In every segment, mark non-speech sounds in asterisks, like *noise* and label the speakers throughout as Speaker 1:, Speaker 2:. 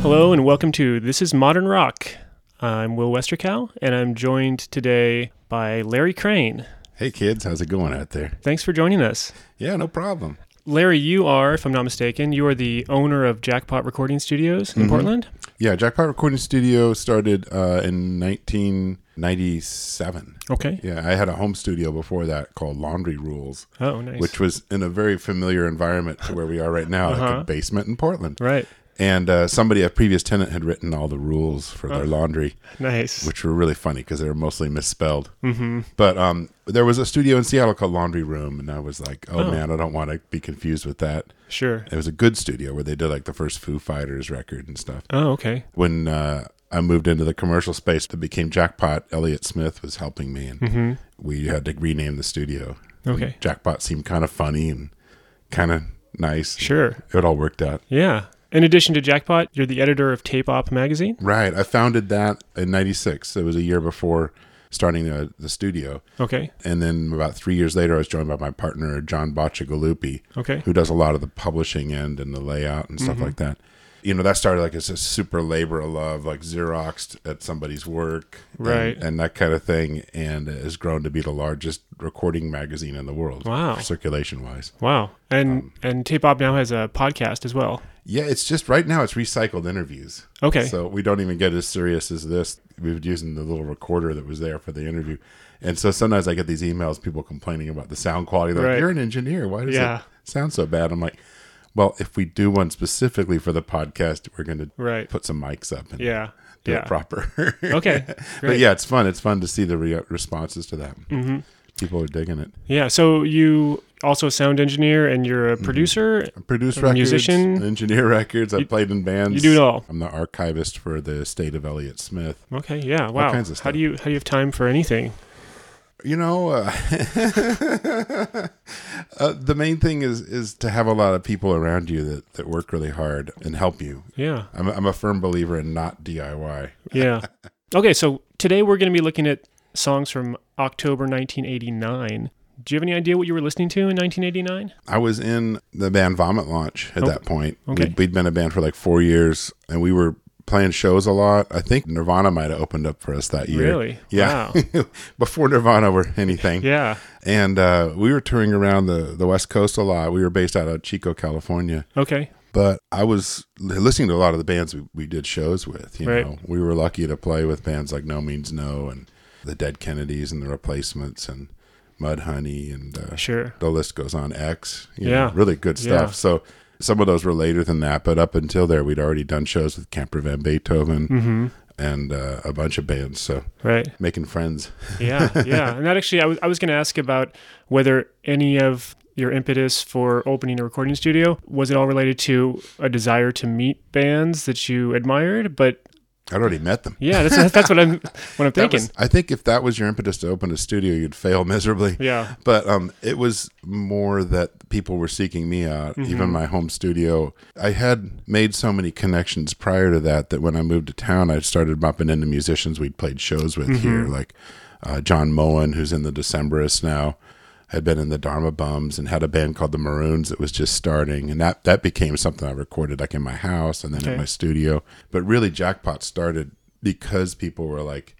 Speaker 1: welcome to This is Modern Rock. I'm Will Westercow, and I'm joined today by Larry Crane.
Speaker 2: Hey kids, how's it going out there?
Speaker 1: Thanks for joining us.
Speaker 2: Yeah, no problem.
Speaker 1: Larry, you are, if I'm not mistaken, you are the owner of Jackpot Recording Studios
Speaker 2: Mm-hmm.
Speaker 1: in Portland.
Speaker 2: Yeah, Jackpot Recording Studio started uh, in 1997.
Speaker 1: Okay.
Speaker 2: Yeah, I had a home studio before that called Laundry Rules,
Speaker 1: Oh, nice.
Speaker 2: which was in a very familiar environment to where we are right now, like a basement in Portland.
Speaker 1: right.
Speaker 2: And uh, somebody, a previous tenant, had written all the rules for their laundry,
Speaker 1: Nice.
Speaker 2: which were really funny because they were mostly misspelled. Mm-hmm. But um, there was a studio in Seattle called Laundry Room, and I was like, oh. man, I don't want to be confused with that.
Speaker 1: sure.
Speaker 2: It was a good studio where they did like the first Foo Fighters record and stuff.
Speaker 1: Oh, okay.
Speaker 2: When uh, I moved into the commercial space that became Jackpot, Elliot Smith was helping me, and we had to rename the studio.
Speaker 1: Okay.
Speaker 2: Jackpot seemed kind of funny and kind of nice.
Speaker 1: Sure.
Speaker 2: It all worked out.
Speaker 1: Yeah. In addition to Jackpot, you're the editor of Tape Op magazine.
Speaker 2: Right. I founded that in 96. It was a year before starting the, the studio.
Speaker 1: Okay.
Speaker 2: And then about three years later, I was joined by my partner, John Bacigalupi,
Speaker 1: Okay.
Speaker 2: who does a lot of the publishing end and the layout and
Speaker 1: Mm-hmm.
Speaker 2: stuff like that. You know, that started like as a super labor of love, like Xeroxed at somebody's work, and-
Speaker 1: Right.
Speaker 2: and, that kind of thing, and has grown to be the largest recording magazine in the world,
Speaker 1: Wow.
Speaker 2: circulation wise.
Speaker 1: Wow. And
Speaker 2: Um,
Speaker 1: and Tape Op now has a podcast as well.
Speaker 2: Yeah, it's just right now it's recycled interviews.
Speaker 1: Okay.
Speaker 2: So we don't even get as serious as this. We've been using the little recorder that was there for the interview. And so sometimes I get these emails, people complaining about the sound quality. They're
Speaker 1: Right.
Speaker 2: like, you're an engineer. Why does
Speaker 1: Yeah.
Speaker 2: it sound so bad? I'm like, well, if we do one specifically for the podcast, we're going to
Speaker 1: Right.
Speaker 2: put some mics up and
Speaker 1: Yeah.
Speaker 2: do
Speaker 1: yeah.
Speaker 2: it proper. *laughs*
Speaker 1: Okay. Great.
Speaker 2: but
Speaker 1: Mm-hmm.
Speaker 2: yeah, it's fun. It's fun to see the re- responses to that. People are digging it.
Speaker 1: Yeah. So you also a sound engineer and you're a
Speaker 2: Mm-hmm.
Speaker 1: producer.
Speaker 2: Produce records,
Speaker 1: musician.
Speaker 2: engineer *laughs* records. I've played in bands.
Speaker 1: you do it all.
Speaker 2: I'm the archivist for the estate of Elliott Smith.
Speaker 1: Okay. Yeah. Wow.
Speaker 2: kinds of
Speaker 1: How
Speaker 2: stuff.
Speaker 1: do you how do you have time for anything?
Speaker 2: you know uh, *laughs* uh, the main thing is is to have a lot of people around you that, that work really hard and help you *laughs*
Speaker 1: Yeah.
Speaker 2: I'm, I'm a firm believer in not diy
Speaker 1: Yeah. okay. So today we're going to be looking at songs from October 1989. Do you have any idea what you were listening to in 1989?
Speaker 2: i was in the band vomit launch at that point
Speaker 1: Oh, okay.
Speaker 2: we'd, we'd been a band for like four years and we were playing shows a lot i think nirvana might have opened up for us that year
Speaker 1: Really?
Speaker 2: yeah *laughs*
Speaker 1: Wow.
Speaker 2: before nirvana or anything
Speaker 1: Yeah.
Speaker 2: and uh, we were touring around the, the west coast a lot we were based out of chico california
Speaker 1: Okay.
Speaker 2: but I was l- listening to a lot of the bands we, we did shows with. You
Speaker 1: Right.
Speaker 2: know, we were lucky to play with bands like No Means No and the Dead Kennedys and the Replacements and Mud Honey and uh,
Speaker 1: Sure.
Speaker 2: the list goes on. X, you
Speaker 1: Yeah.
Speaker 2: know, really good stuff.
Speaker 1: Yeah.
Speaker 2: So some of those were later than that, but up until there, we'd already done shows with Camper Van Beethoven
Speaker 1: Mm-hmm.
Speaker 2: and uh, a bunch of bands. So
Speaker 1: Right.
Speaker 2: making friends.
Speaker 1: Yeah. Yeah. and that actually, I was I was going to ask about whether any of your impetus for opening a recording studio was it all related to a desire to meet bands that you admired? But
Speaker 2: I'd already met them.
Speaker 1: yeah, that's that's what I'm what I'm
Speaker 2: That
Speaker 1: thinking.
Speaker 2: was- I think if that was your impetus to open a studio, you'd fail miserably.
Speaker 1: Yeah.
Speaker 2: But um, it was more that people were seeking me out, even my home studio. I had made so many connections prior to that that when I moved to town, I started bumping into musicians we'd played shows with here, like uh, John Moen, who's in the Decemberists now. Had been in the Dharma Bums and had a band called the Maroons that was just starting, and that that became something I recorded like in my house and then
Speaker 1: Okay.
Speaker 2: in my studio. But really, Jackpot started because people were like,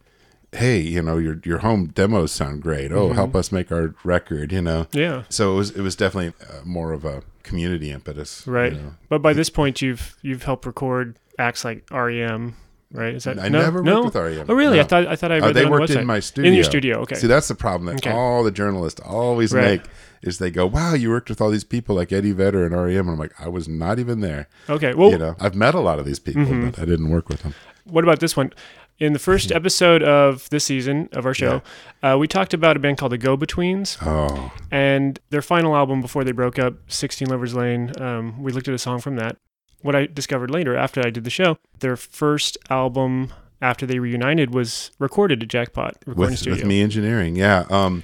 Speaker 2: hey, you know, your your home demos sound great. Oh,
Speaker 1: Mm-hmm.
Speaker 2: help us make our record, you know.
Speaker 1: Yeah.
Speaker 2: So it was it was definitely uh, more of a community impetus. you
Speaker 1: Right.
Speaker 2: know.
Speaker 1: But by this point, you've you've helped record acts like REM, right? Is that
Speaker 2: I
Speaker 1: no,
Speaker 2: never
Speaker 1: no?
Speaker 2: worked with REM.
Speaker 1: Oh, really? I
Speaker 2: No.
Speaker 1: thought I thought I read
Speaker 2: Uh,
Speaker 1: that
Speaker 2: they
Speaker 1: on the
Speaker 2: worked
Speaker 1: website.
Speaker 2: in my studio.
Speaker 1: In your studio, okay.
Speaker 2: See, that's the problem that
Speaker 1: Okay.
Speaker 2: all the journalists always
Speaker 1: Right.
Speaker 2: make is they go, "Wow, you worked with all these people like Eddie Vedder and REM," and I'm like, "I was not even there."
Speaker 1: okay. Well,
Speaker 2: you know, I've met a lot of these people,
Speaker 1: Mm-hmm.
Speaker 2: but I didn't work with them.
Speaker 1: what about this one? In the
Speaker 2: *laughs*
Speaker 1: first episode of this season of our show, uh, we talked about a band called the Go Betweens
Speaker 2: Oh,
Speaker 1: and their final album before they broke up, 16 Lovers Lane. Um, we looked at a song from that. What I discovered later after I did the show, their first album after they reunited was recorded at Jackpot Recording
Speaker 2: with,
Speaker 1: Studio.
Speaker 2: with me engineering yeah um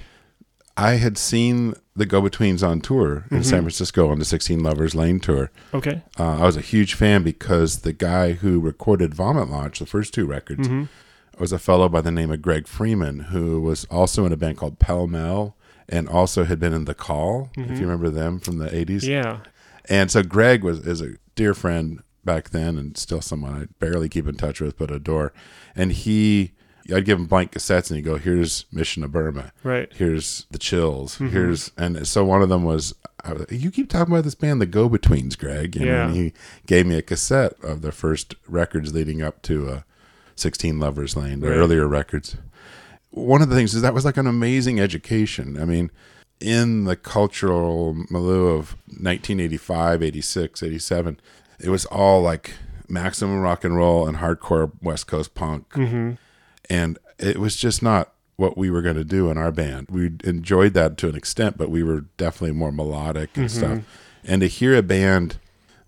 Speaker 2: i had seen the go-betweens on tour in san
Speaker 1: Mm-hmm.
Speaker 2: francisco on the 16 lovers lane tour
Speaker 1: Okay.
Speaker 2: uh, i was a huge fan because the guy who recorded vomit launch the first two records was a fellow by the name of greg freeman who was also in a band called pell mell and also had been in the call if you remember them from the 80s
Speaker 1: Yeah.
Speaker 2: and so Greg was is a dear friend, back then and still someone I barely keep in touch with, but adore. And he, I'd give him blank cassettes and he'd go, here's Mission to Burma.
Speaker 1: Right.
Speaker 2: Here's The Chills. Here's, and so one of them was, I was, you keep talking about this band, The Go Betweens, Greg. You know,
Speaker 1: Yeah.
Speaker 2: And he gave me a cassette of their first records leading up to uh, 16 Lovers Lane, the
Speaker 1: Right.
Speaker 2: earlier records. One of the things is that was like an amazing education. I mean, in the cultural milieu of 1985, 86, 87, it was all like maximum rock and roll and hardcore West Coast punk.
Speaker 1: Mm-hmm.
Speaker 2: And it was just not what we were going to do in our band. We enjoyed that to an extent, but we were definitely more melodic and
Speaker 1: Mm-hmm.
Speaker 2: stuff. And to hear a band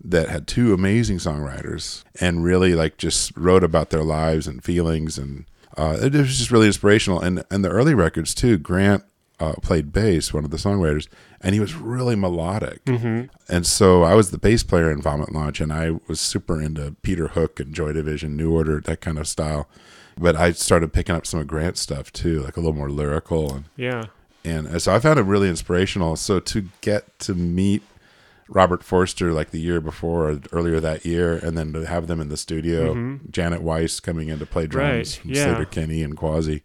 Speaker 2: that had two amazing songwriters and really like just wrote about their lives and feelings and uh, it was just really inspirational and and the early records too grant uh, played bass one of the songwriters and he was really melodic and so i was the bass player in vomit launch and i was super into peter hook and joy division new order that kind of style but i started picking up some of grant's stuff too like a little more lyrical and
Speaker 1: Yeah.
Speaker 2: and uh, so I found it really inspirational. So to get to meet Robert Forster like the year before or earlier that year, and then to have them in the studio, Janet Weiss coming in to play drums,
Speaker 1: Mm-hmm. Right,
Speaker 2: from
Speaker 1: yeah.
Speaker 2: Slater Kenny and Quasi.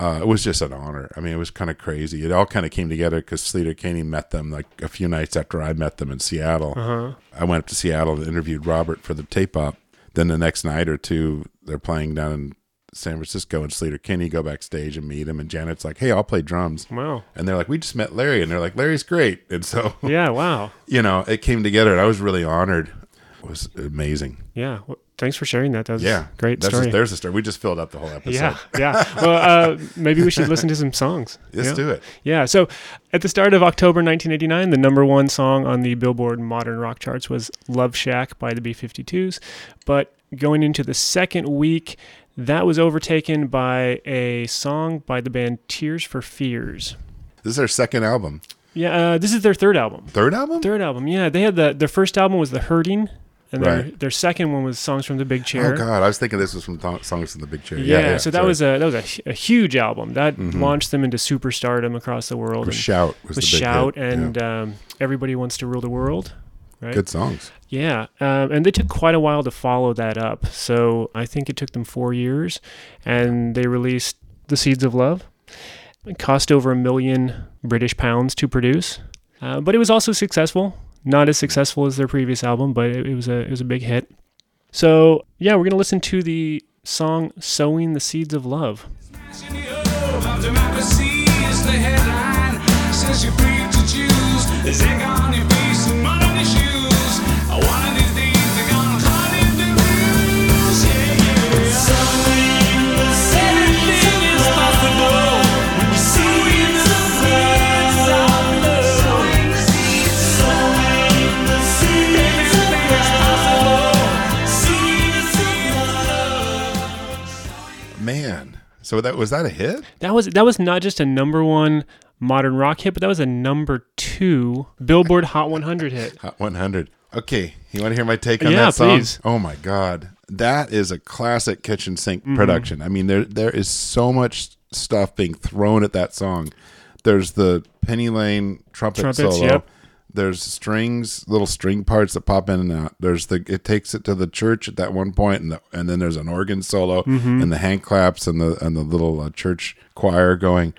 Speaker 2: Uh, it was just an honor. I mean, it was kind of crazy. It all kind of came together because Slater Kenny met them like a few nights after I met them in Seattle.
Speaker 1: Uh-huh.
Speaker 2: I went up to Seattle and interviewed Robert for the tape op. Then the next night or two, they're playing down in San Francisco, and Slater Kenny go backstage and meet him. And Janet's like, "Hey, I'll play drums."
Speaker 1: Wow.
Speaker 2: and they're like, "We just met Larry," and they're like, "Larry's great," and so *laughs*
Speaker 1: Yeah. Wow.
Speaker 2: you know, it came together, and I was really honored. It was amazing.
Speaker 1: Yeah. Well, thanks for sharing that. That was
Speaker 2: Yeah,
Speaker 1: a great
Speaker 2: That's
Speaker 1: story.
Speaker 2: A, there's a story. We just filled up the whole episode.
Speaker 1: yeah. Yeah. Well, uh, maybe we should listen
Speaker 2: *laughs*
Speaker 1: to some songs.
Speaker 2: let's
Speaker 1: yeah.
Speaker 2: do it.
Speaker 1: Yeah. So at the start of October 1989, the number one song on the Billboard modern rock charts was Love Shack by the B 52s. But going into the second week, that was overtaken by a song by the band Tears for Fears.
Speaker 2: This is our second album,
Speaker 1: Yeah. Uh, this is their third album.
Speaker 2: third album.
Speaker 1: Third album. Yeah. They had the, their first album was The Hurting. And their,
Speaker 2: Right.
Speaker 1: their second one was songs from the big chair.
Speaker 2: Oh God, I was thinking this was from Thong- songs from the Big Chair.
Speaker 1: Yeah, so that
Speaker 2: sorry. Mm-hmm.
Speaker 1: was a that was a, hu- a huge album that launched them into superstardom across the world.
Speaker 2: Was
Speaker 1: and-
Speaker 2: shout was,
Speaker 1: with
Speaker 2: the big
Speaker 1: Shout
Speaker 2: hit.
Speaker 1: and
Speaker 2: Yeah.
Speaker 1: um, Everybody Wants to Rule the World. Right?
Speaker 2: good songs.
Speaker 1: Yeah. Um, and they took quite a while to follow that up. So I think it took them four years. And they released The Seeds of Love. It cost over a million British pounds to produce. Uh, but it was also successful. Not as successful as their previous album, but it, it was a it was a big hit. So yeah, we're gonna listen to the song "Sowing the Seeds of Love."
Speaker 3: Smashing the orb of democracy is the headline. Says you're free to choose. There's egg on your face and mud on your shoes. One of these days they're gonna call it the blues. Yeah, yeah. Anything is possible when you see the seeds of love. Anything is possible. See the seeds of love.
Speaker 2: Man, so that was that a hit?
Speaker 1: That was that was not just a number one modern rock hit, but that was a number two Billboard Hot 100
Speaker 2: *laughs*
Speaker 1: hit.
Speaker 2: Hot 100. Okay, you want to hear my take on
Speaker 1: Yeah,
Speaker 2: that song?
Speaker 1: please.
Speaker 2: Oh my god, that is a classic kitchen sink
Speaker 1: Mm-hmm.
Speaker 2: production. I mean, there there is so much stuff being thrown at that song. There's the Penny Lane trumpet
Speaker 1: Trumpets,
Speaker 2: solo.
Speaker 1: yep.
Speaker 2: There's strings, little string parts that pop in and out. There's the it takes it to the church at that one point, and the, and then there's an organ solo and the hand claps and the and the little uh, church choir going.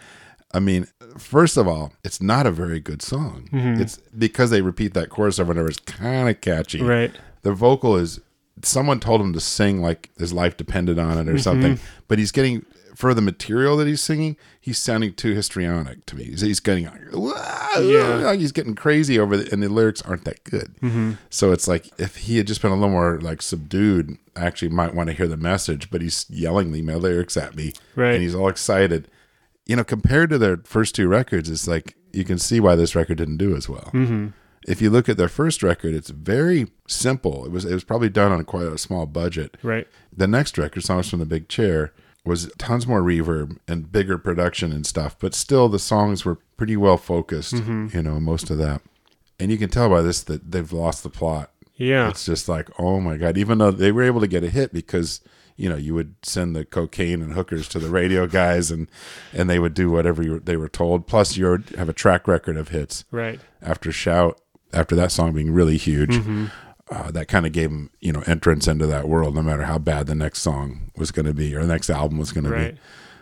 Speaker 2: I mean, first of all, it's not a very good song. It's because they repeat that chorus over and over. It's kind of catchy,
Speaker 1: Right.
Speaker 2: The vocal is someone told him to sing like his life depended on it or something, but he's getting for the material that he's singing, he's sounding too histrionic to me. He's, he's getting yeah. he's getting crazy over the, and the lyrics aren't that good. So it's like if he had just been a little more like subdued, I actually might want to hear the message, but he's yelling the lyrics at me,
Speaker 1: Right.
Speaker 2: And he's all excited you know, compared to their first two records, it's like you can see why this record didn't do as well. Mm-hmm. If you look at their first record, it's very simple. It was it was probably done on quite a small budget.
Speaker 1: Right.
Speaker 2: The next record, Songs from the Big Chair, was tons more reverb and bigger production and stuff, but still the songs were pretty well focused. You know, most of that, and you can tell by this that they've lost the plot
Speaker 1: Yeah.
Speaker 2: it's just like oh my god even though they were able to get a hit because you know you would send the cocaine and hookers to the radio *laughs* guys and and they would do whatever you, they were told plus you would have a track record of hits
Speaker 1: Right. Mm-hmm.
Speaker 2: after shout after that song being really huge uh, that kind of gave him you know entrance into that world, no matter how bad the next song was going to be or the next album was going
Speaker 1: Right.
Speaker 2: to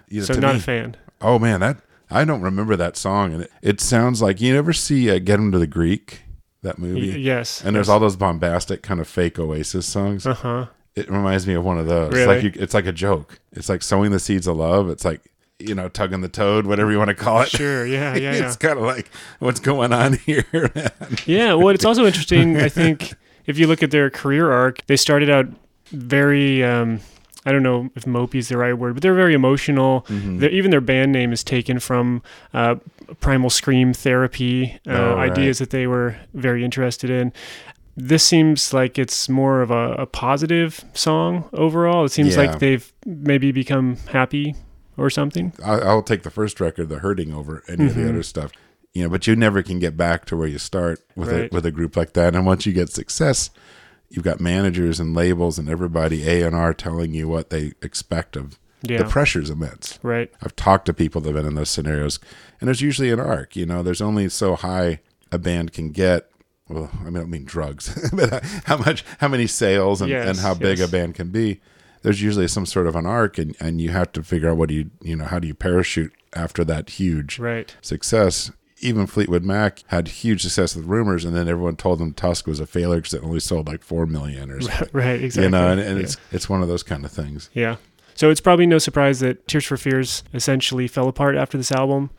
Speaker 2: be. You know,
Speaker 1: So
Speaker 2: to
Speaker 1: not
Speaker 2: me,
Speaker 1: a fan.
Speaker 2: Oh man, that I don't remember that song, and it, it sounds like you never see uh, "Get Him to the Greek" that
Speaker 1: Y-
Speaker 2: movie.
Speaker 1: yes.
Speaker 2: And there's all those bombastic kind of fake Oasis songs.
Speaker 1: Uh huh.
Speaker 2: It reminds me of one of those.
Speaker 1: Really?
Speaker 2: Like you, it's like a joke. It's like sowing the seeds of love. It's like you know tugging the toad, whatever you want to call it.
Speaker 1: Sure.
Speaker 2: *laughs*
Speaker 1: Yeah. Yeah. Yeah.
Speaker 2: it's kind of like what's going on *laughs* here. man?
Speaker 1: Yeah, well, it's also interesting. I think *laughs* if you look at their career arc, they started out very. Um, I don't know if mopey is the right word, but they're very emotional.
Speaker 2: Mm-hmm.
Speaker 1: Their- even their band name is taken from uh, Primal Scream Therapy uh,
Speaker 2: Oh, right.
Speaker 1: ideas that they were very interested in. This seems like it's more of a, a positive song overall. It seems
Speaker 2: Yeah.
Speaker 1: like they've maybe become happy or something.
Speaker 2: I, I'll take the first record, "The Hurting," over any of
Speaker 1: Mm-hmm.
Speaker 2: the other stuff. You know, but you never can get back to where you start with
Speaker 1: Right.
Speaker 2: a with a group like that. And once you get success, you've got managers and labels and everybody A and R telling you what they expect of.
Speaker 1: Yeah.
Speaker 2: The pressure's immense.
Speaker 1: Right.
Speaker 2: I've talked to people that've been in those scenarios, and there's usually an arc. You know, there's only so high a band can get. Well, I mean, I don't mean drugs, *laughs* but how much, how many sales, and,
Speaker 1: Yes,
Speaker 2: and how big
Speaker 1: yes.
Speaker 2: a band can be. There's usually some sort of an arc, and and you have to figure out what do you, you know, how do you parachute after that huge
Speaker 1: Right. *laughs*
Speaker 2: success. Even Fleetwood Mac had huge success with Rumors, and then everyone told them Tusk was a failure because it only sold like four million or something.
Speaker 1: Right. *laughs* Exactly.
Speaker 2: You know, and, and
Speaker 1: Yeah.
Speaker 2: it's it's one of those kind of things.
Speaker 1: Yeah. So it's probably no surprise that Tears for Fears essentially fell apart after this album.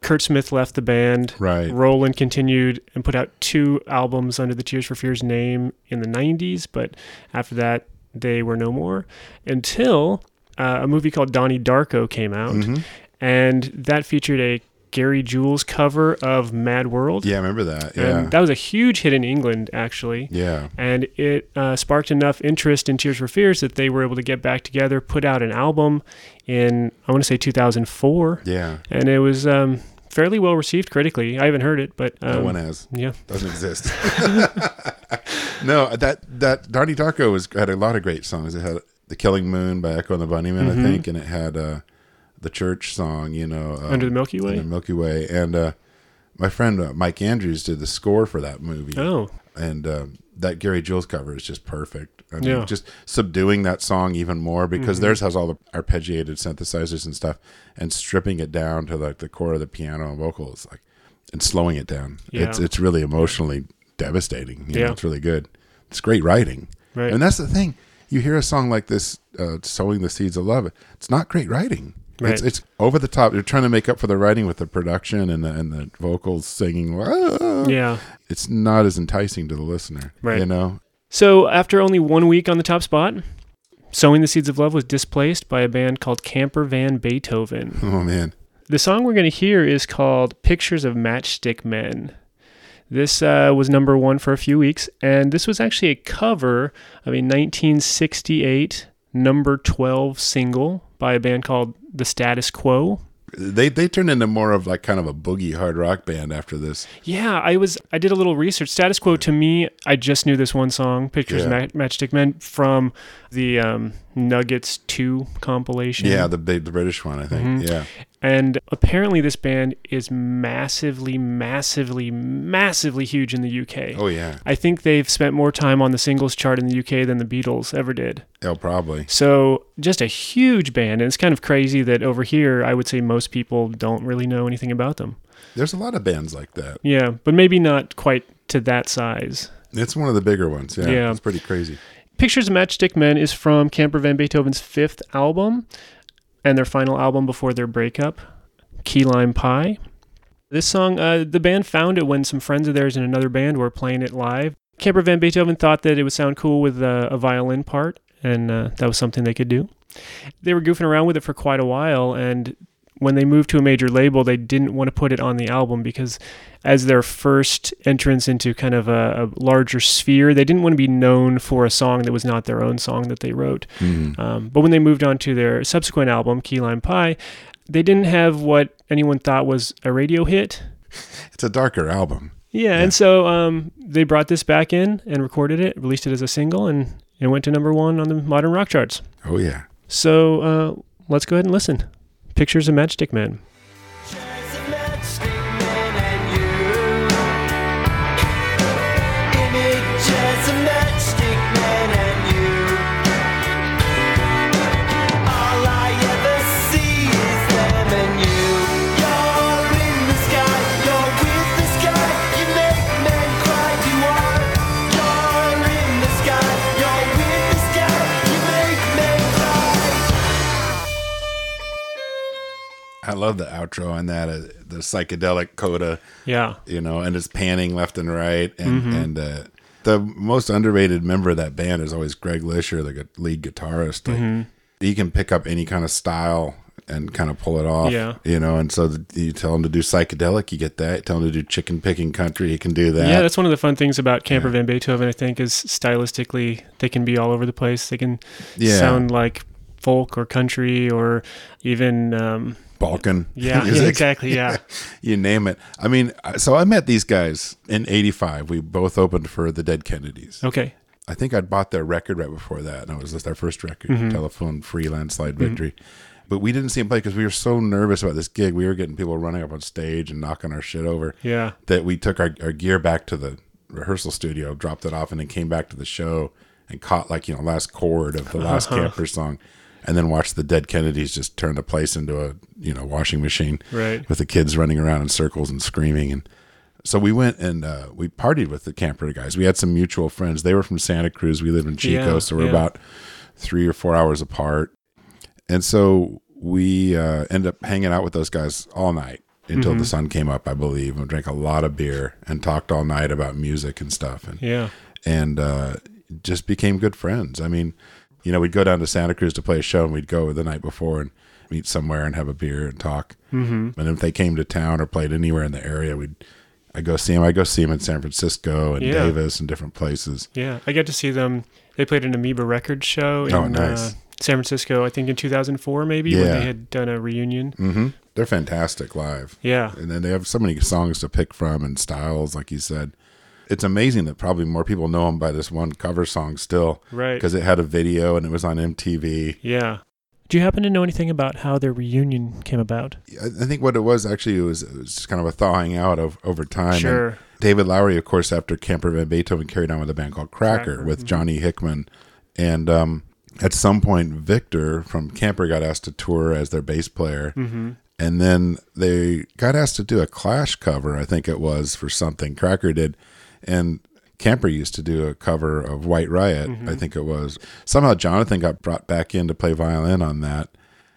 Speaker 1: Kurt Smith left the band.
Speaker 2: Right.
Speaker 1: Roland continued and put out two albums under the Tears for Fears name in the 90s, but after that, they were no more until uh, a movie called Donnie Darko came out.
Speaker 2: Mm-hmm.
Speaker 1: And that featured a Gary Jules cover of Mad World.
Speaker 2: Yeah, I remember that. Yeah,
Speaker 1: And that was a huge hit in England, actually
Speaker 2: yeah.
Speaker 1: and it uh, sparked enough interest in Tears for Fears that they were able to get back together, put out an album in I want to say 2004,
Speaker 2: Yeah.
Speaker 1: and it was um, fairly well received critically. I haven't heard it, but um,
Speaker 2: no one has.
Speaker 1: yeah, *laughs*
Speaker 2: Doesn't exist. *laughs* no, that that Donnie Darko was had a lot of great songs. It had The Killing Moon by Echo and the Bunnymen,
Speaker 1: Mm-hmm.
Speaker 2: I think, and it had uh, the church song, you know, uh,
Speaker 1: Under the Milky
Speaker 2: Under
Speaker 1: Way.
Speaker 2: the Milky Way. And uh, my friend uh, Mike Andrews did the score for that movie.
Speaker 1: Oh,
Speaker 2: and um, that Gary Jules cover is just perfect. I mean,
Speaker 1: Yeah. Mm-hmm.
Speaker 2: just subduing that song even more because theirs has all the arpeggiated synthesizers and stuff, and stripping it down to like the core of the piano and vocals, like and slowing it down. It's
Speaker 1: Yeah.
Speaker 2: it's really emotionally devastating. You know,
Speaker 1: Yeah.
Speaker 2: it's really good. It's great writing,
Speaker 1: Right.
Speaker 2: and that's the thing. You hear a song like this, uh, "Sowing the Seeds of Love." It's not great writing. It's,
Speaker 1: Right.
Speaker 2: it's over the top. They're trying to make up for the writing with the production and the, and the vocals singing. "Ah."
Speaker 1: yeah.
Speaker 2: it's not as enticing to the listener.
Speaker 1: Right.
Speaker 2: You know? *laughs*
Speaker 1: So after only one week on the top spot, "Sowing the Seeds of Love" was displaced by a band called Camper Van Beethoven.
Speaker 2: Oh man.
Speaker 1: The song we're going to hear is called Pictures of Matchstick Men. This uh, was number one for a few weeks, and this was actually a cover of a 1968 number 12 single by a band called The Status Quo.
Speaker 2: They they turned into more of like kind of a boogie hard rock band after this.
Speaker 1: Yeah, I was I did a little research. Status Quo to me, I just knew this one song, Pictures
Speaker 2: Yeah.
Speaker 1: of Ma- Matchstick Men, from the um, Nuggets 2 compilation.
Speaker 2: Yeah, the big the British one, I think.
Speaker 1: Mm-hmm.
Speaker 2: Yeah.
Speaker 1: And apparently, this band is massively, massively, massively huge in the UK.
Speaker 2: Oh yeah.
Speaker 1: I think they've spent more time on the singles chart in the UK than the Beatles ever did.
Speaker 2: Oh probably.
Speaker 1: So, just a huge band. And it's kind of crazy that over here, I would say most people don't really know anything about them.
Speaker 2: There's a lot of bands like that.
Speaker 1: Yeah, but maybe not quite to that size.
Speaker 2: It's one of the bigger ones. Yeah.
Speaker 1: Yeah.
Speaker 2: It's pretty crazy.
Speaker 1: Pictures of Matchstick Men is from Camper Van Beethoven's fifth album and their final album before their breakup, Key Lime Pie. This song, uh, the band found it when some friends of theirs in another band were playing it live. Camper Van Beethoven thought that it would sound cool with uh, a violin part, and uh, that was something they could do. They were goofing around with it for quite a while, and when they moved to a major label, they didn't want to put it on the album because, as their first entrance into kind of a, a larger sphere, they didn't want to be known for a song that was not their own song that they wrote. Um, but when they moved on to their subsequent album, Key Lime Pie, they didn't have what anyone thought was a radio hit.
Speaker 2: It's a darker album.
Speaker 1: Yeah, and so um, they brought this back in and recorded it, released it as a single, and it went to number one on the modern rock charts.
Speaker 2: Oh yeah.
Speaker 1: So uh, let's go ahead and listen. Pictures of Matchstick Men.
Speaker 4: Pictures of matchstick men and you. Images of matchstick
Speaker 2: I love the outro on that, uh, the psychedelic coda,
Speaker 1: Yeah.
Speaker 2: you know, and it's panning left and right. And,
Speaker 1: Mm-hmm.
Speaker 2: and uh, the most underrated member of that band is always Greg Lisher, the gu- lead guitarist. Like,
Speaker 1: Mm-hmm.
Speaker 2: He can pick up any kind of style and kind of pull it off,
Speaker 1: Yeah.
Speaker 2: you know. And so th- you tell him to do psychedelic, you get that. Tell him to do chicken picking country, he can do that.
Speaker 1: Yeah, that's one of the fun things about Camper Van Beethoven, I think, is stylistically they can be all over the place. They can
Speaker 2: Yeah.
Speaker 1: sound like folk or country or even um,
Speaker 2: Balkan.
Speaker 1: *laughs* yeah, yeah,
Speaker 2: *laughs* music.
Speaker 1: exactly, yeah.
Speaker 2: you name it. I mean, I- so I met these guys in '85. We both opened for the Dead Kennedys.
Speaker 1: Okay.
Speaker 2: I think I'd bought their record right before that, and it was just their first record, Telephone Free Landslide Victory. But we didn't see him play because we were so nervous about this gig. We were getting people running up on stage and knocking our shit over
Speaker 1: Yeah.
Speaker 2: that we took our, our gear back to the rehearsal studio, dropped it off, and then came back to the show and caught like you know last chord of the
Speaker 1: *laughs*
Speaker 2: last
Speaker 1: Uh-huh.
Speaker 2: camper song, and then watched the Dead Kennedys just turn the place into a you know washing machine,
Speaker 1: Right.
Speaker 2: With the kids running around in circles and screaming, and so we went and uh, we partied with the camper guys. We had some mutual friends. They were from Santa Cruz. We lived in Chico,
Speaker 1: Yeah,
Speaker 2: so we're
Speaker 1: yeah.
Speaker 2: about three or four hours apart. And so we uh, ended up hanging out with those guys all night until
Speaker 1: Mm-hmm.
Speaker 2: the sun came up, I believe, and drank a lot of beer and talked all night about music and stuff, and
Speaker 1: Yeah.
Speaker 2: and uh, just became good friends. I mean, you know, we'd go down to Santa Cruz to play a show, and we'd go the night before and meet somewhere and have a beer and talk. Mm-hmm. And if they came to town or played anywhere in the area, we'd I go see them. I go see them in San Francisco and
Speaker 1: Yeah.
Speaker 2: Davis and different places.
Speaker 1: Yeah. I got to see them they played an Amoeba Records show in
Speaker 2: Oh,
Speaker 1: uh,
Speaker 2: nice.
Speaker 1: San Francisco, I think in 2004 maybe when
Speaker 2: Yeah.
Speaker 1: they had done a reunion.
Speaker 2: hmm They're fantastic live.
Speaker 1: Yeah.
Speaker 2: and then they have so many songs to pick from and styles like you said it's amazing that probably more people know them by this one cover song still
Speaker 1: Right.
Speaker 2: because it had a video and it was on mtv
Speaker 1: Yeah. Do you happen to know anything about how their reunion came about?
Speaker 2: i I think what it was actually it was, it was just kind of a thawing out of over time And
Speaker 1: sure.
Speaker 2: david lowry of course after camper van beethoven carried on with a band called cracker,
Speaker 1: Cracker, mm-hmm.
Speaker 2: with johnny hickman and um, at some point victor from camper got asked to tour as their bass player
Speaker 1: hmm
Speaker 2: and then they got asked to do a clash cover i think it was for something cracker did and camper used to do a cover of white riot
Speaker 1: Mm-hmm.
Speaker 2: i think it was somehow jonathan got brought back in to play violin on that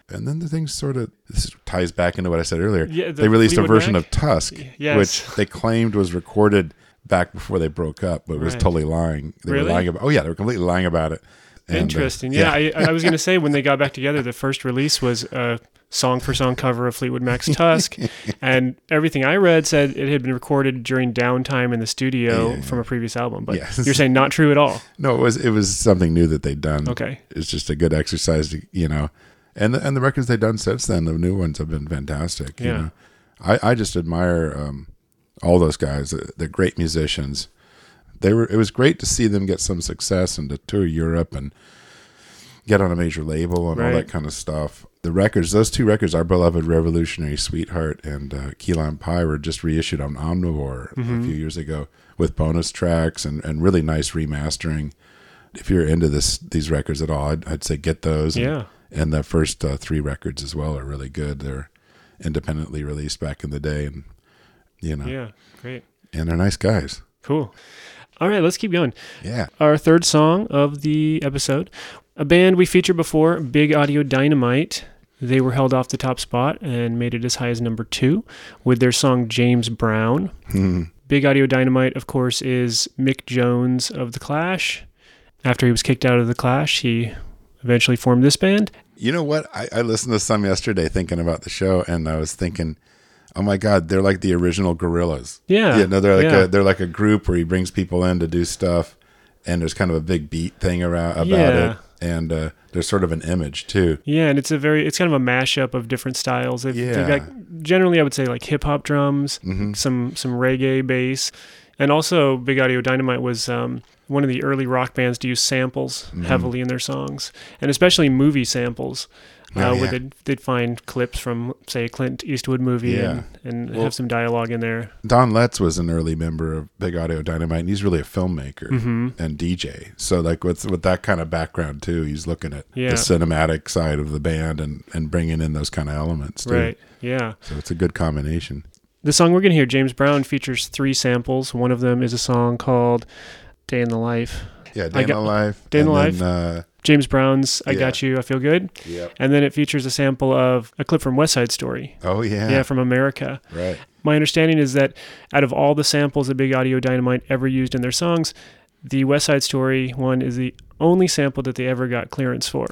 Speaker 2: and then the thing sort of this ties back into what i said earlier
Speaker 1: Yeah, the
Speaker 2: they released a
Speaker 1: Fleetwood
Speaker 2: version
Speaker 1: Mac?
Speaker 2: of tusk
Speaker 1: yes.
Speaker 2: which they claimed was recorded back before they broke up but was
Speaker 1: Right.
Speaker 2: totally lying they were
Speaker 1: Really?
Speaker 2: lying about oh yeah they were completely lying about it And, uh,
Speaker 1: Interesting. yeah, I, I was going to say when they got back together, the first release was a song for song cover of Fleetwood Mac's
Speaker 2: *laughs*
Speaker 1: Tusk, and everything I read said it had been recorded during downtime in the studio
Speaker 2: Yeah, yeah,
Speaker 1: from a previous album. But
Speaker 2: Yes.
Speaker 1: you're saying not true at
Speaker 2: *laughs*
Speaker 1: all.
Speaker 2: No, it was it was something new that they'd done.
Speaker 1: Okay.
Speaker 2: it's just a good exercise, to, you know. And the, and the records they've done since then, the new ones have been fantastic. You
Speaker 1: Yeah.
Speaker 2: know? I I just admire um, all those guys. They're, they're great musicians. They were. It was great to see them get some success and to tour Europe and get on a major label and all
Speaker 1: Right.
Speaker 2: that kind of stuff. The records, those two records, our beloved Revolutionary Sweetheart and uh, Key Lime Pie, were just reissued on Omnivore
Speaker 1: Mm-hmm.
Speaker 2: a few years ago with bonus tracks and, and really nice remastering. If you're into this these records at all, I'd, I'd say get those. And-
Speaker 1: Yeah.
Speaker 2: And the first uh, three records as well are really good. They're independently released back in the day, and you know,
Speaker 1: Yeah, great,
Speaker 2: and they're nice guys.
Speaker 1: cool. All right, let's keep going.
Speaker 2: Yeah.
Speaker 1: Our third song of the episode, a band we featured before, Big Audio Dynamite. They were held off the top spot and made it as high as number two with their song James Brown.
Speaker 2: Hmm.
Speaker 1: Big Audio Dynamite, of course, is Mick Jones of The Clash. After he was kicked out of The Clash, he eventually formed this band.
Speaker 2: You know what? I, I listened to some yesterday thinking about the show, and I was thinking, oh my god, they're like the original Gorillas.
Speaker 1: Yeah.
Speaker 2: yeah. No, they're like
Speaker 1: yeah.
Speaker 2: a they're like a group where he brings people in to do stuff, and there's kind of a big beat thing around about
Speaker 1: Yeah.
Speaker 2: it, and uh, there's sort of an image too.
Speaker 1: Yeah, and it's a very it's kind of a mashup of different styles. They've, they've
Speaker 2: Yeah. Mm-hmm.
Speaker 1: got generally I would say like hip hop drums, some some reggae bass, and also Big Audio Dynamite was um, one of the early rock bands to use samples
Speaker 2: Mm.
Speaker 1: heavily in their songs, and especially movie samples. Uh,
Speaker 2: Oh, yeah.
Speaker 1: Where they'd, they'd find clips from, say, a Clint Eastwood movie
Speaker 2: Yeah.
Speaker 1: and, and
Speaker 2: Well-
Speaker 1: have some dialogue in there.
Speaker 2: Don Letts was an early member of Big Audio Dynamite, and he's really a filmmaker
Speaker 1: Mm-hmm.
Speaker 2: and DJ. So like with with that kind of background too, he's looking at
Speaker 1: Yeah.
Speaker 2: the cinematic side of the band and and bringing in those kind of elements too.
Speaker 1: Right. Yeah.
Speaker 2: So it's a good combination.
Speaker 1: The song we're going to hear, James Brown, features three samples. One of them is a song called Day in the Life.
Speaker 2: Yeah,
Speaker 1: I
Speaker 2: Day in
Speaker 1: got-
Speaker 2: the Life.
Speaker 1: Day in
Speaker 2: and
Speaker 1: the
Speaker 2: Then, uh,
Speaker 1: James Brown's I
Speaker 2: Yeah.
Speaker 1: Got You, I Feel Good.
Speaker 2: Yep.
Speaker 1: And then it features a sample of a clip from West Side Story.
Speaker 2: Oh yeah.
Speaker 1: Yeah, from America.
Speaker 2: right.
Speaker 1: My understanding is that out of all the samples that Big Audio Dynamite ever used in their songs, the West Side Story one is the only sample that they ever got clearance
Speaker 2: *laughs*
Speaker 1: for.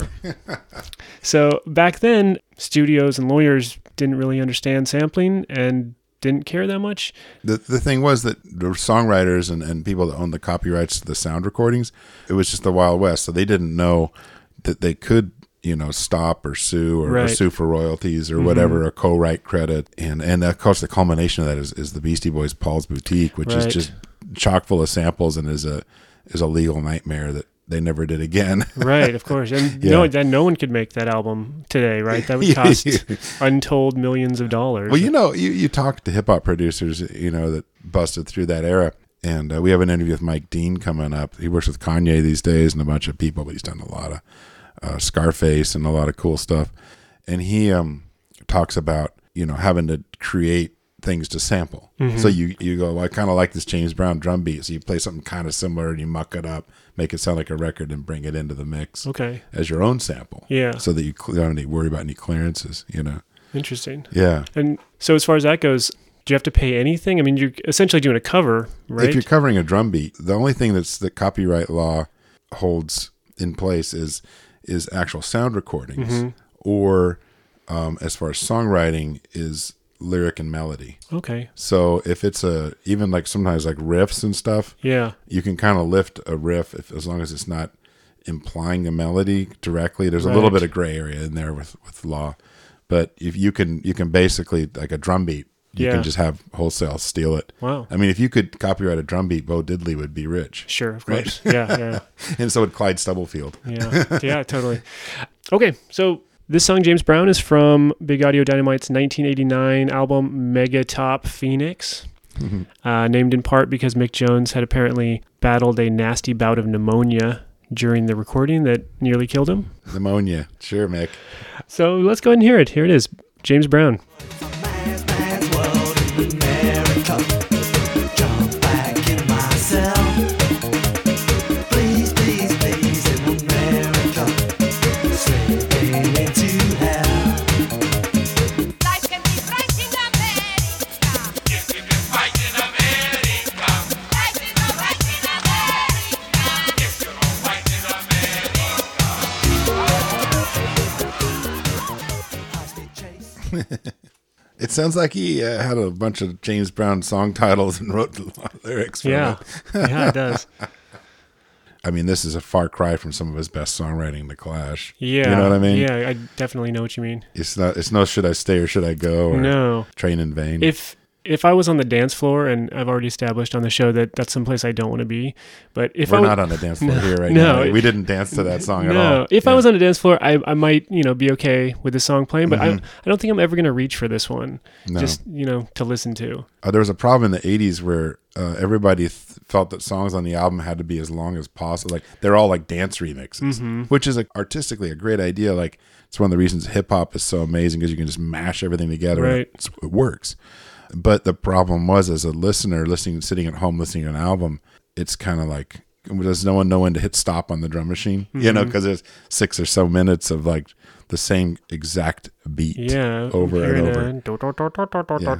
Speaker 1: so back then, studios and lawyers didn't really understand sampling and didn't care that much.
Speaker 2: The the thing was that the songwriters and, and people that owned the copyrights to the sound recordings, it was just the Wild West, so they didn't know that they could you know stop or sue or, or
Speaker 1: Right. Mm-hmm.
Speaker 2: sue for royalties or whatever or co-write credit and and of course the culmination of that is, is the beastie boys paul's boutique which
Speaker 1: Right.
Speaker 2: is just chock full of samples and is a is a legal nightmare that they never did again *laughs*
Speaker 1: Right, of course. And no,
Speaker 2: Yeah.
Speaker 1: then no one could make that album today, right?
Speaker 2: *laughs*
Speaker 1: That would cost untold millions of dollars.
Speaker 2: Well, you know, you, you talk to hip hop producers, you know, that busted through that era. And uh, we have an interview with Mike Dean coming up. He works with Kanye these days and a bunch of people, but he's done a lot of uh, Scarface and a lot of cool stuff. And he um, talks about, you know, having to create things to sample.
Speaker 1: Mm-hmm.
Speaker 2: So you, you go, well, I kind of like this James Brown drum beat. So you play something kind of similar and you muck it up, make it sound like a record and bring it into the mix
Speaker 1: okay,
Speaker 2: as your own sample.
Speaker 1: Yeah.
Speaker 2: So that you cl- don't have any worry about any clearances, you know?
Speaker 1: interesting.
Speaker 2: Yeah.
Speaker 1: And so, as far as that goes, do you have to pay anything? I mean, you're essentially doing a cover, right?
Speaker 2: If you're covering a drum beat, the only thing that's the copyright law holds in place is is actual sound recordings,
Speaker 1: Mm-hmm.
Speaker 2: or um, as far as songwriting is lyric and melody.
Speaker 1: okay,
Speaker 2: So if it's a even like sometimes like riffs and stuff,
Speaker 1: yeah.
Speaker 2: you can kind of lift a riff if, as long as it's not implying a melody directly. There's a little
Speaker 1: Right.
Speaker 2: bit of gray area in there with with law, but if you can you can basically like a drum beat, you
Speaker 1: Yeah.
Speaker 2: can just have wholesale steal it.
Speaker 1: Wow.
Speaker 2: I mean, if you could copyright a drum beat, Bo Diddley would be rich, *laughs*
Speaker 1: Sure, of
Speaker 2: Right.
Speaker 1: course. Yeah, yeah.
Speaker 2: and so would Clyde Stubblefield. *laughs*
Speaker 1: Yeah, yeah, totally. Okay, so this song James Brown is from Big Audio Dynamite's 1989 album Mega Top Phoenix,
Speaker 2: Mm-hmm.
Speaker 1: uh, named in part because Mick Jones had apparently battled a nasty bout of pneumonia during the recording that nearly killed him.
Speaker 2: Pneumonia, sure, Mick.
Speaker 1: So let's go ahead and hear it. Here it is, James Brown.
Speaker 4: Man's man's world in America. Jump back in myself. Please, please, please, in America. Slipping into hell.
Speaker 5: Life can be bright in America.
Speaker 3: If we can fight in America,
Speaker 5: Life is alright in America.
Speaker 3: if you're all white in America.
Speaker 4: Hostage chase.
Speaker 2: It sounds like he uh, had a bunch of James Brown song titles and wrote a lot of lyrics. For
Speaker 1: Yeah,
Speaker 2: them.
Speaker 1: yeah, it
Speaker 2: *laughs*
Speaker 1: does.
Speaker 2: I mean, this is a far cry from some of his best songwriting in The Clash.
Speaker 1: Yeah,
Speaker 2: You know what I mean?
Speaker 1: Yeah, I definitely know what you mean.
Speaker 2: It's not. It's no. Should I stay or should I go? Or
Speaker 1: No.
Speaker 2: Train in vain.
Speaker 1: if if I was on the dance floor, and I've already established on the show that that's someplace I don't want to be, but if
Speaker 2: We're
Speaker 1: I was,
Speaker 2: not on the dance floor
Speaker 1: *laughs*
Speaker 2: here right
Speaker 1: no,
Speaker 2: now.
Speaker 1: it-
Speaker 2: we didn't dance to that song at
Speaker 1: no,
Speaker 2: all.
Speaker 1: if I
Speaker 2: Yeah.
Speaker 1: was on a dance floor, I, I might you know be okay with the song playing, but I I don't think I'm ever gonna reach for this one.
Speaker 2: Mm-hmm. No.
Speaker 1: Just you know to listen to.
Speaker 2: Uh, there was a problem in the 80s where uh, everybody th- felt that songs on the album had to be as long as possible like they're all like dance remixes
Speaker 1: Mm-hmm.
Speaker 2: which is like, artistically a great idea like it's one of the reasons hip-hop is so amazing because you can just mash everything together and
Speaker 1: Right.
Speaker 2: it's, it works but the problem was as a listener listening sitting at home listening to an album it's kind of like does no one know when to hit stop on the drum machine *laughs* you
Speaker 1: Mm-hmm.
Speaker 2: know because there's six or so minutes of like the same exact beat
Speaker 1: Yeah, I'm
Speaker 2: over and
Speaker 1: hearing
Speaker 2: over
Speaker 1: a do- do- do- do- do- do-
Speaker 2: yeah.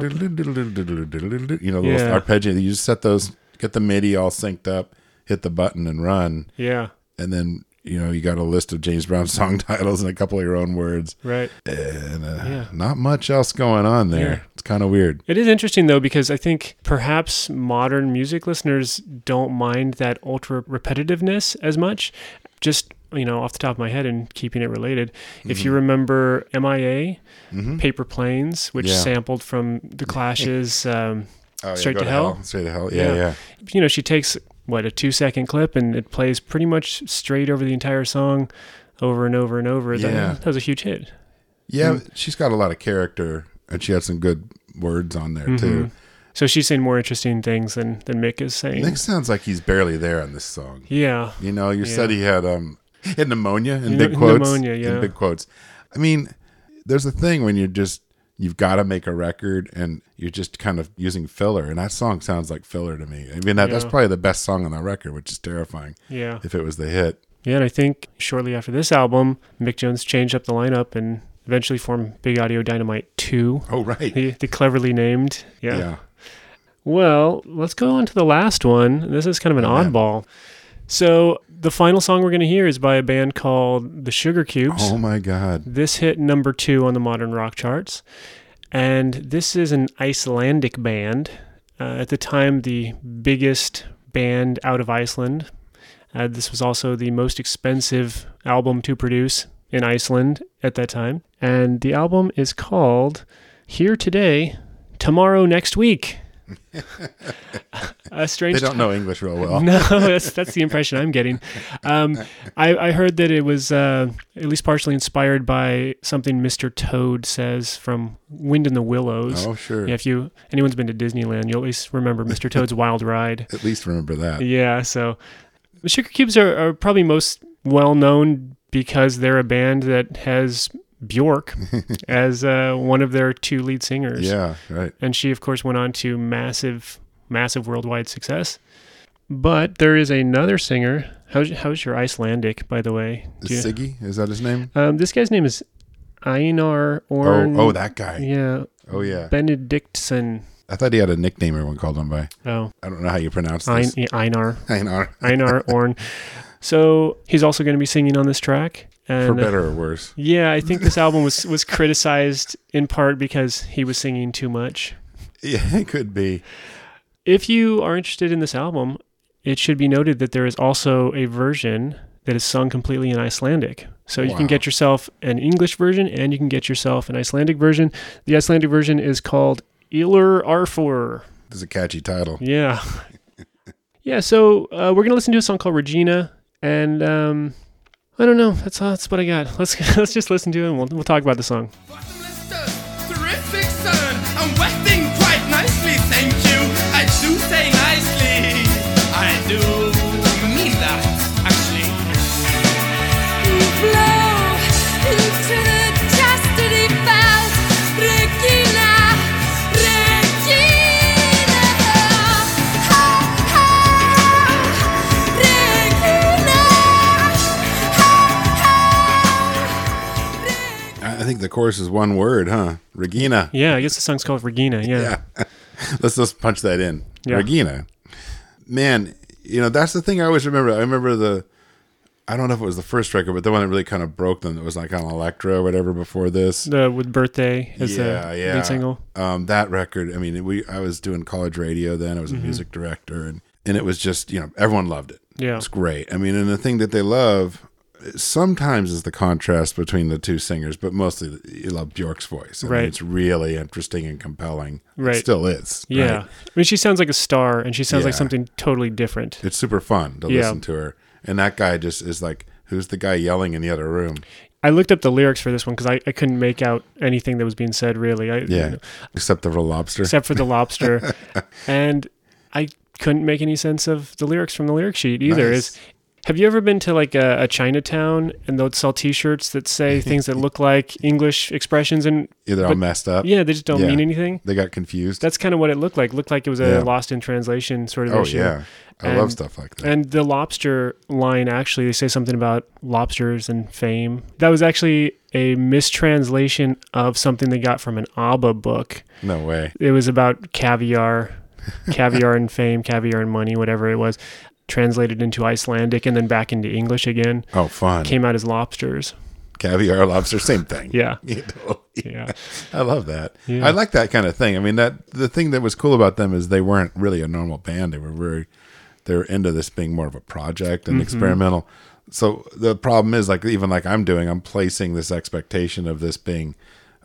Speaker 1: do- do- do- do-
Speaker 2: You know, little
Speaker 1: Yeah.
Speaker 2: arpeggio. You just set those, get the MIDI all synced up, hit the button and run.
Speaker 1: Yeah,
Speaker 2: And then, you know, you got a list of James Brown *laughs* song titles and a couple of your own words.
Speaker 1: right.
Speaker 2: And uh,
Speaker 1: Yeah.
Speaker 2: not much else going on there.
Speaker 1: Yeah.
Speaker 2: It's kind of weird.
Speaker 1: It is interesting though because I think perhaps modern music listeners don't mind that ultra repetitiveness as much. Just you know, off the top of my head and keeping it related, if you
Speaker 2: Mm-hmm.
Speaker 1: remember MIA, Paper Planes, which
Speaker 2: Yeah.
Speaker 1: sampled from The
Speaker 2: *laughs*
Speaker 1: Clash's um,
Speaker 2: Oh,
Speaker 1: Straight
Speaker 2: go
Speaker 1: to Hell?
Speaker 2: Straight to hell. Yeah, yeah.
Speaker 1: you know, she takes what a two second clip and it plays pretty much straight over the entire song over and over and over. That-
Speaker 2: Yeah.
Speaker 1: That, was a huge hit.
Speaker 2: Yeah,
Speaker 1: Mm-hmm.
Speaker 2: she's got a lot of character and she had some good words on there too.
Speaker 1: So she's saying more interesting things than, than Mick is saying.
Speaker 2: Nick sounds like he's barely there on this song.
Speaker 1: Yeah.
Speaker 2: You know, you
Speaker 1: Yeah.
Speaker 2: said he had um he had pneumonia in
Speaker 1: Pneu-
Speaker 2: big quotes.
Speaker 1: pneumonia, yeah.
Speaker 2: In big quotes. I mean, there's a thing when you're just you've got to make a record and you're just kind of using filler, and that song sounds like filler to me. I mean, that, that's
Speaker 1: Yeah.
Speaker 2: probably the best song on that record, which is terrifying
Speaker 1: Yeah.
Speaker 2: if it was the hit.
Speaker 1: Yeah, and I think shortly after this album, Mick Jones changed up the lineup and eventually formed Big Audio Dynamite 2,
Speaker 2: Oh, right.
Speaker 1: the, the cleverly named.
Speaker 2: Yeah.
Speaker 1: Yeah. Well, let's go on to the last one. This is kind of an
Speaker 2: man.
Speaker 1: oddball. So, the final song we're going to hear is by a band called The Sugar Cubes.
Speaker 2: Oh my God.
Speaker 1: This hit number two on the modern rock charts. And this is an Icelandic band. Uh, at the time, the biggest band out of Iceland. Uh, this was also the most expensive album to produce in Iceland at that time. And the album is called Here Today, Tomorrow Next Week. *laughs* a strange
Speaker 2: They don't know English real
Speaker 1: *laughs*
Speaker 2: well.
Speaker 1: no, that's that's the impression I'm getting. Um, I, I heard that it was uh, at least partially inspired by something Mr. Toad says from Wind in the Willows.
Speaker 2: Oh, sure.
Speaker 1: Yeah, if you anyone's been to Disneyland, you'll at least remember Mr. Toad's Wild Ride.
Speaker 2: At least remember that.
Speaker 1: Yeah, so the Sugar Cubes are, are probably most well known because they're a band that has
Speaker 2: *laughs*
Speaker 1: Bjork as uh, one of their two lead singers
Speaker 2: Yeah, right.
Speaker 1: and she of course went on to massive massive worldwide success but there is another singer how's, how's your icelandic by the way Do you-
Speaker 2: Siggy, is that his name?
Speaker 1: um, this guy's name is einar Orn,
Speaker 2: Oh, oh, that guy.
Speaker 1: yeah
Speaker 2: Oh, yeah.
Speaker 1: benedictson
Speaker 2: I thought he had a nickname everyone called him by.
Speaker 1: oh
Speaker 2: I don't know how you pronounce
Speaker 1: Ein-
Speaker 2: this. *laughs*
Speaker 1: yeah, einar
Speaker 2: Einar. *laughs*
Speaker 1: einar orn so he's also going to be singing on this track and
Speaker 2: For
Speaker 1: uh,
Speaker 2: better or worse.
Speaker 1: yeah i think this album was was criticized in part because he was singing too much
Speaker 2: *laughs* Yeah, it could be.
Speaker 1: If you are interested in this album, it should be noted that there is also a version that is sung completely in Icelandic. So you
Speaker 2: Wow.
Speaker 1: can get yourself an English version and you can get yourself an Icelandic version. The Icelandic version is called Ilur Arfor.
Speaker 2: It's a catchy title. *laughs*
Speaker 1: Yeah. yeah, so uh, we're going to listen to a song called Regina and um, I don't know. That's all, that's what I got. *laughs* Let's let's just listen to it and we'll, we'll talk about the song.
Speaker 6: Bottomless thirst, terrific sun. I'm wetting quite nicely, thank you. I do say nicely. I do mean that, actually.
Speaker 2: I I think the chorus is one word, huh? Regina.
Speaker 1: Yeah, I guess the song's called Regina. yeah.
Speaker 2: Yeah. Let's just punch that in.
Speaker 1: Yeah.
Speaker 2: Regina. Man, you know, that's the thing I always remember. I remember the I don't know if it was the first record, but the one that really kind of broke them that was like on Elektra or whatever before this.
Speaker 1: The with birthday as the lead single.
Speaker 2: Um, that record, I mean, we I was doing college radio then. I was a
Speaker 1: Mm-hmm.
Speaker 2: music director, and and it was just you know everyone loved it.
Speaker 1: Yeah.
Speaker 2: it's great. I mean, and the thing that they love sometimes is the contrast between the two singers, but mostly you love Bjork's voice. I mean,
Speaker 1: Right.
Speaker 2: it's really interesting and compelling.
Speaker 1: Right.
Speaker 2: it still is. right?
Speaker 1: Yeah. I mean, she sounds like a star and she sounds like
Speaker 2: Yeah.
Speaker 1: something totally different.
Speaker 2: it's super fun to
Speaker 1: Yeah.
Speaker 2: listen to her. And that guy just is like, who's the guy yelling in the other room?
Speaker 1: I looked up the lyrics for this one because I, I couldn't make out anything that was being said really. I,
Speaker 2: Yeah, except the real lobster.
Speaker 1: Except for the lobster.
Speaker 2: *laughs*
Speaker 1: and I couldn't make any sense of the lyrics from the lyric sheet either.
Speaker 2: Nice.
Speaker 1: Is have you ever been to like a, a Chinatown and they'll sell T-shirts that
Speaker 2: *laughs*
Speaker 1: say things that look like English expressions and
Speaker 2: Either all
Speaker 1: but-
Speaker 2: messed up.
Speaker 1: yeah, they just don't
Speaker 2: Yeah.
Speaker 1: mean anything.
Speaker 2: they got confused.
Speaker 1: That's kind of what it looked like. Looked like it was a
Speaker 2: Yeah.
Speaker 1: lost in translation sort of
Speaker 2: oh
Speaker 1: issue.
Speaker 2: yeah, I love
Speaker 1: And-
Speaker 2: stuff like that.
Speaker 1: And the lobster line actually, they say something about lobsters and fame. That was actually a mistranslation of something they got from an ABBA book.
Speaker 2: no way.
Speaker 1: It was about caviar, caviar and fame, caviar and money, whatever it was, translated into Icelandic and then back into English again.
Speaker 2: Oh, fun.
Speaker 1: Came out as lobsters.
Speaker 2: Caviar, lobster, same thing.
Speaker 1: Yeah.
Speaker 2: *laughs* You know?
Speaker 1: Yeah.
Speaker 2: I love that.
Speaker 1: Yeah.
Speaker 2: I like that kind of thing. I mean, that the thing that was cool about them is they weren't really a normal band. They were very, they're into this being more of a project
Speaker 1: Mm-hmm.
Speaker 2: and experimental. So the problem is, like, even like I'm doing, I'm placing this expectation of this being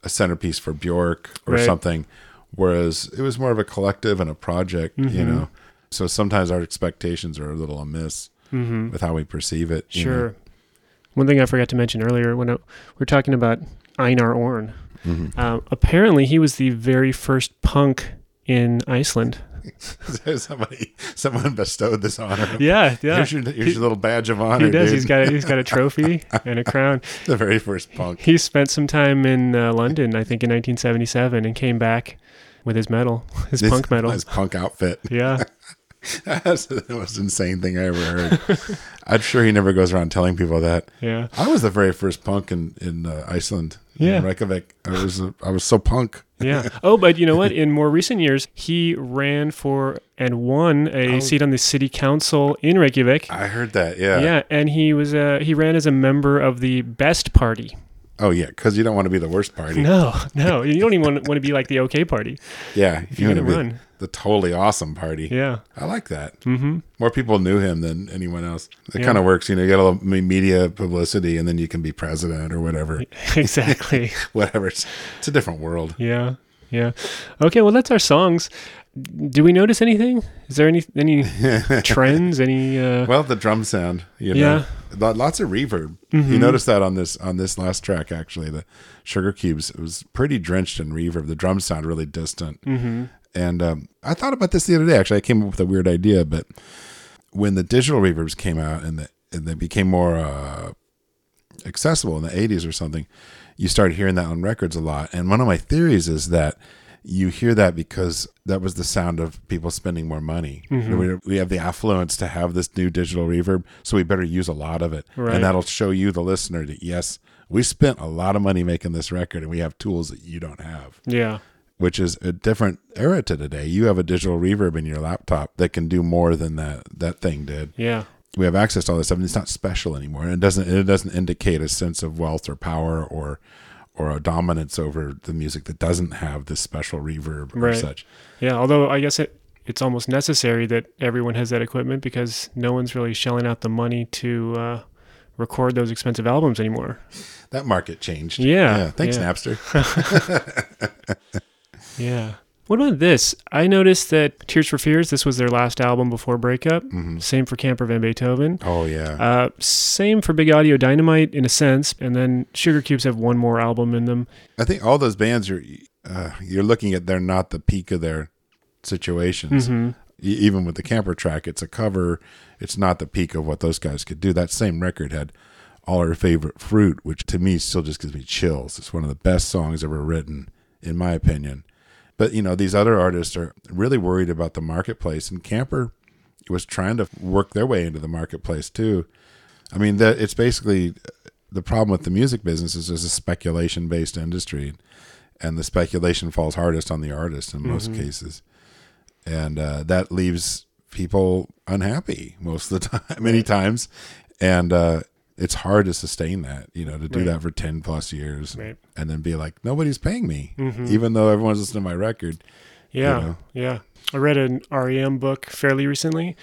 Speaker 2: a centerpiece for Bjork or
Speaker 1: Right.
Speaker 2: something, whereas it was more of a collective and a project, you
Speaker 1: Mm-hmm.
Speaker 2: know. So sometimes our expectations are a little amiss with how we perceive it. you
Speaker 1: *laughs*
Speaker 2: know?
Speaker 1: Mm-hmm. Sure. One thing I forgot to mention earlier when I, we were talking about Einar Orn, um, apparently he was the very first punk in Iceland.
Speaker 2: *laughs* somebody, someone bestowed this honor. on him.
Speaker 1: Yeah, yeah.
Speaker 2: *laughs* Here's your, here's your little badge of honor.
Speaker 1: He does.
Speaker 2: Dude.
Speaker 1: He's got a, he's got
Speaker 2: *laughs*
Speaker 1: a trophy and a crown.
Speaker 2: the very first punk.
Speaker 1: He spent some time in uh, London, I think, in 1977, and came back with his medal, *laughs* his
Speaker 2: This-
Speaker 1: punk medal.
Speaker 2: His punk outfit. *laughs*
Speaker 1: Yeah,
Speaker 2: That's the most insane thing I ever
Speaker 1: *laughs*
Speaker 2: heard. I'm sure he never goes around telling people that.
Speaker 1: Yeah.
Speaker 2: I was the very first punk in in uh, Iceland.
Speaker 1: Yeah.
Speaker 2: in Reykjavik. I was I was so punk.
Speaker 1: Yeah. Oh, but you know what? In more recent years, he ran for and won a
Speaker 2: Oh.
Speaker 1: seat on the city council in Reykjavik.
Speaker 2: I heard that. Yeah.
Speaker 1: yeah, and he was uh, he ran as a member of the best
Speaker 2: *laughs*
Speaker 1: party.
Speaker 2: Oh yeah, because you don't want to be the worst party.
Speaker 1: No, no, you don't even want, want to be like the OK party.
Speaker 2: Yeah, you
Speaker 1: you're
Speaker 2: want to
Speaker 1: gonna
Speaker 2: be
Speaker 1: run.
Speaker 2: the totally awesome party.
Speaker 1: Yeah, *laughs*
Speaker 2: I like that. Mm-hmm. More people knew him than anyone else. It
Speaker 1: Yeah.
Speaker 2: kind of works, you know. You got a little me- media publicity, and then you can be president or whatever.
Speaker 1: exactly.
Speaker 2: *laughs* whatever. It's, it's a different world.
Speaker 1: yeah, yeah. Okay, well, that's our songs. Do we notice anything? Is there any any trends? Any? Uh,
Speaker 2: Well, the drum sound, you know,
Speaker 1: Yeah. Mm-hmm.
Speaker 2: Lo- lots of reverb. You noticed that on this on this last track, actually, the Sugar Cubes it was pretty drenched in reverb. The drums sound really distant, mm-hmm. and um, I thought about this the other day. Actually, I came up with a weird idea, but when the digital reverbs came out and, the, and they became more uh, accessible in the 80s or something, you started hearing that on records a lot. And one of my theories is that you hear that because that was the sound of people spending more money. We, we have the affluence to have this new digital reverb, so we better use a lot of it.
Speaker 1: Right.
Speaker 2: And that'll show you, the listener, that yes, we spent a lot of money making this record and we have tools that you don't have
Speaker 1: yeah,
Speaker 2: which is a different era to today. You have a digital reverb in your laptop that can do more than that that thing did.
Speaker 1: yeah,
Speaker 2: We have access to all this stuff, and it's not special anymore. And it doesn't it doesn't indicate a sense of wealth or power or or a dominance over the music that doesn't have this special reverb or
Speaker 1: Right.
Speaker 2: such.
Speaker 1: yeah. Although I guess it it's almost necessary that everyone has that equipment because no one's really shelling out the money to uh, record those expensive albums anymore.
Speaker 2: That market changed.
Speaker 1: Yeah,
Speaker 2: thanks,
Speaker 1: yeah. *laughs*
Speaker 2: Napster.
Speaker 1: Yeah. What about this? I noticed that Tears for Fears, this was their last album before breakup. Same for Camper Van Beethoven.
Speaker 2: oh yeah.
Speaker 1: Uh, same for Big Audio Dynamite in a sense. And then Sugar Cubes have one more album in them.
Speaker 2: I think all those bands are uh, you're looking at they're not the peak of their situations. E- even with the camper track, it's a cover. It's not the peak of what those guys could do. That same record had all our favorite fruit, which to me still just gives me chills. It's one of the best songs ever written, in my opinion. But you know, these other artists are really worried about the marketplace, and Camper was trying to work their way into the marketplace too. I mean, that it's basically the problem with the music business is it's a speculation based industry, and the speculation falls hardest on the artist in most cases, and uh, that leaves people unhappy most of the *laughs* time, many times, and uh, it's hard to sustain that. You know, to do that for ten plus years,
Speaker 1: Right.
Speaker 2: and then be like, nobody's paying me, even though everyone's listening to my record.
Speaker 1: Yeah.
Speaker 2: know.
Speaker 1: Yeah. I read an REM book fairly recently.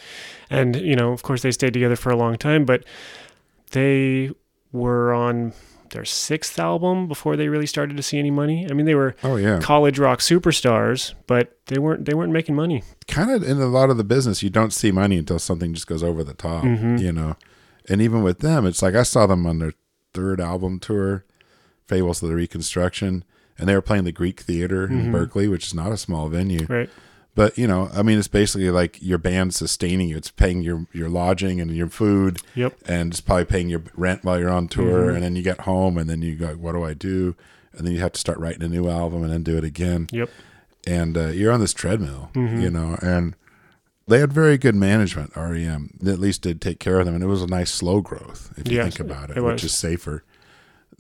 Speaker 1: And, you know, of course, they stayed together for a long time, but they were on their sixth album before they really started to see any money. I mean, they were
Speaker 2: Oh yeah,
Speaker 1: college rock superstars, but they weren't they weren't making money.
Speaker 2: kind of in a lot of the business, you don't see money until something just goes over the top,
Speaker 1: Mm-hmm.
Speaker 2: you know. And even with them, it's like I saw them on their third album tour, Fables of the Reconstruction, and they were playing the Greek Theater in Berkeley, which is not a small venue.
Speaker 1: Mm-hmm. Right.
Speaker 2: But you know, I mean, it's basically like your band sustaining you. It's paying your your lodging and your food,
Speaker 1: Yep. Mm-hmm.
Speaker 2: and it's probably paying your rent while you're on tour. And then you get home, and then you go, "What do I do?" And then you have to start writing a new album, and then do it again
Speaker 1: Yep.
Speaker 2: and uh, you're on this treadmill,
Speaker 1: Mm-hmm.
Speaker 2: you know, and they had very good management. REM that at least did take care of them, and it was a nice slow growth if you
Speaker 1: Yes,
Speaker 2: think about it,
Speaker 1: it
Speaker 2: which
Speaker 1: was.
Speaker 2: is safer.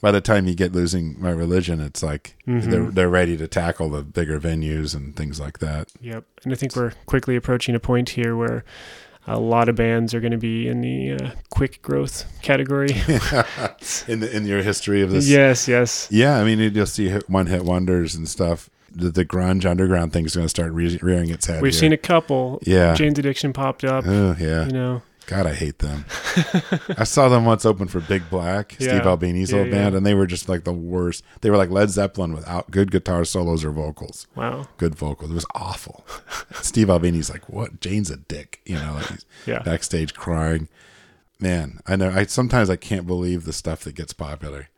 Speaker 2: By the time you get losing my religion, it's like
Speaker 1: Mm-hmm.
Speaker 2: they're they're ready to tackle the bigger venues and things like that.
Speaker 1: Yep. And I think we're quickly approaching a point here where a lot of bands are going to be in the uh, quick growth
Speaker 2: *laughs*
Speaker 1: category. *laughs*
Speaker 2: In the in your history of this,
Speaker 1: yes, yes.
Speaker 2: yeah, I mean you- you'll see hit, one hit wonders and stuff. The, the grunge underground thing's going to start re- rearing its head.
Speaker 1: We've
Speaker 2: here.
Speaker 1: seen a couple.
Speaker 2: Yeah.
Speaker 1: Jane's Addiction popped up,
Speaker 2: Oh, yeah,
Speaker 1: you know.
Speaker 2: God, I hate them. *laughs* I saw them once open for Big Black,
Speaker 1: Yeah.
Speaker 2: Steve Albini's
Speaker 1: Yeah,
Speaker 2: old band,
Speaker 1: yeah.
Speaker 2: and they were just like the worst. They were like Led Zeppelin without good guitar solos or vocals.
Speaker 1: Wow.
Speaker 2: Good vocals. It was awful.
Speaker 1: *laughs*
Speaker 2: Steve Albini's like, what? Jane's a dick. You know, like he's
Speaker 1: Yeah.
Speaker 2: backstage crying. Man, I know. I sometimes I can't believe the stuff that gets popular.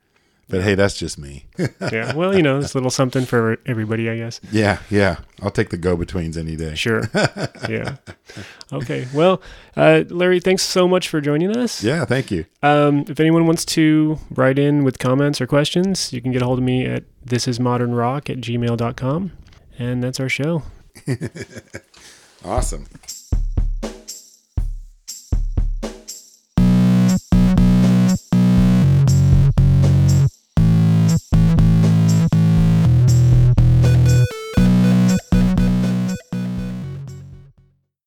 Speaker 2: But hey, that's just me.
Speaker 1: Yeah. Well, you know, it's a little something for everybody, I guess.
Speaker 2: yeah, yeah. I'll take the go betweens any day.
Speaker 1: Sure. *laughs* Yeah. Okay. Well, uh, Larry, thanks so much for joining us.
Speaker 2: Yeah, thank you.
Speaker 1: Um, if anyone wants to write in with comments or questions, you can get a hold of me at thisismodernrock at gmail.com. And that's our show.
Speaker 2: Awesome.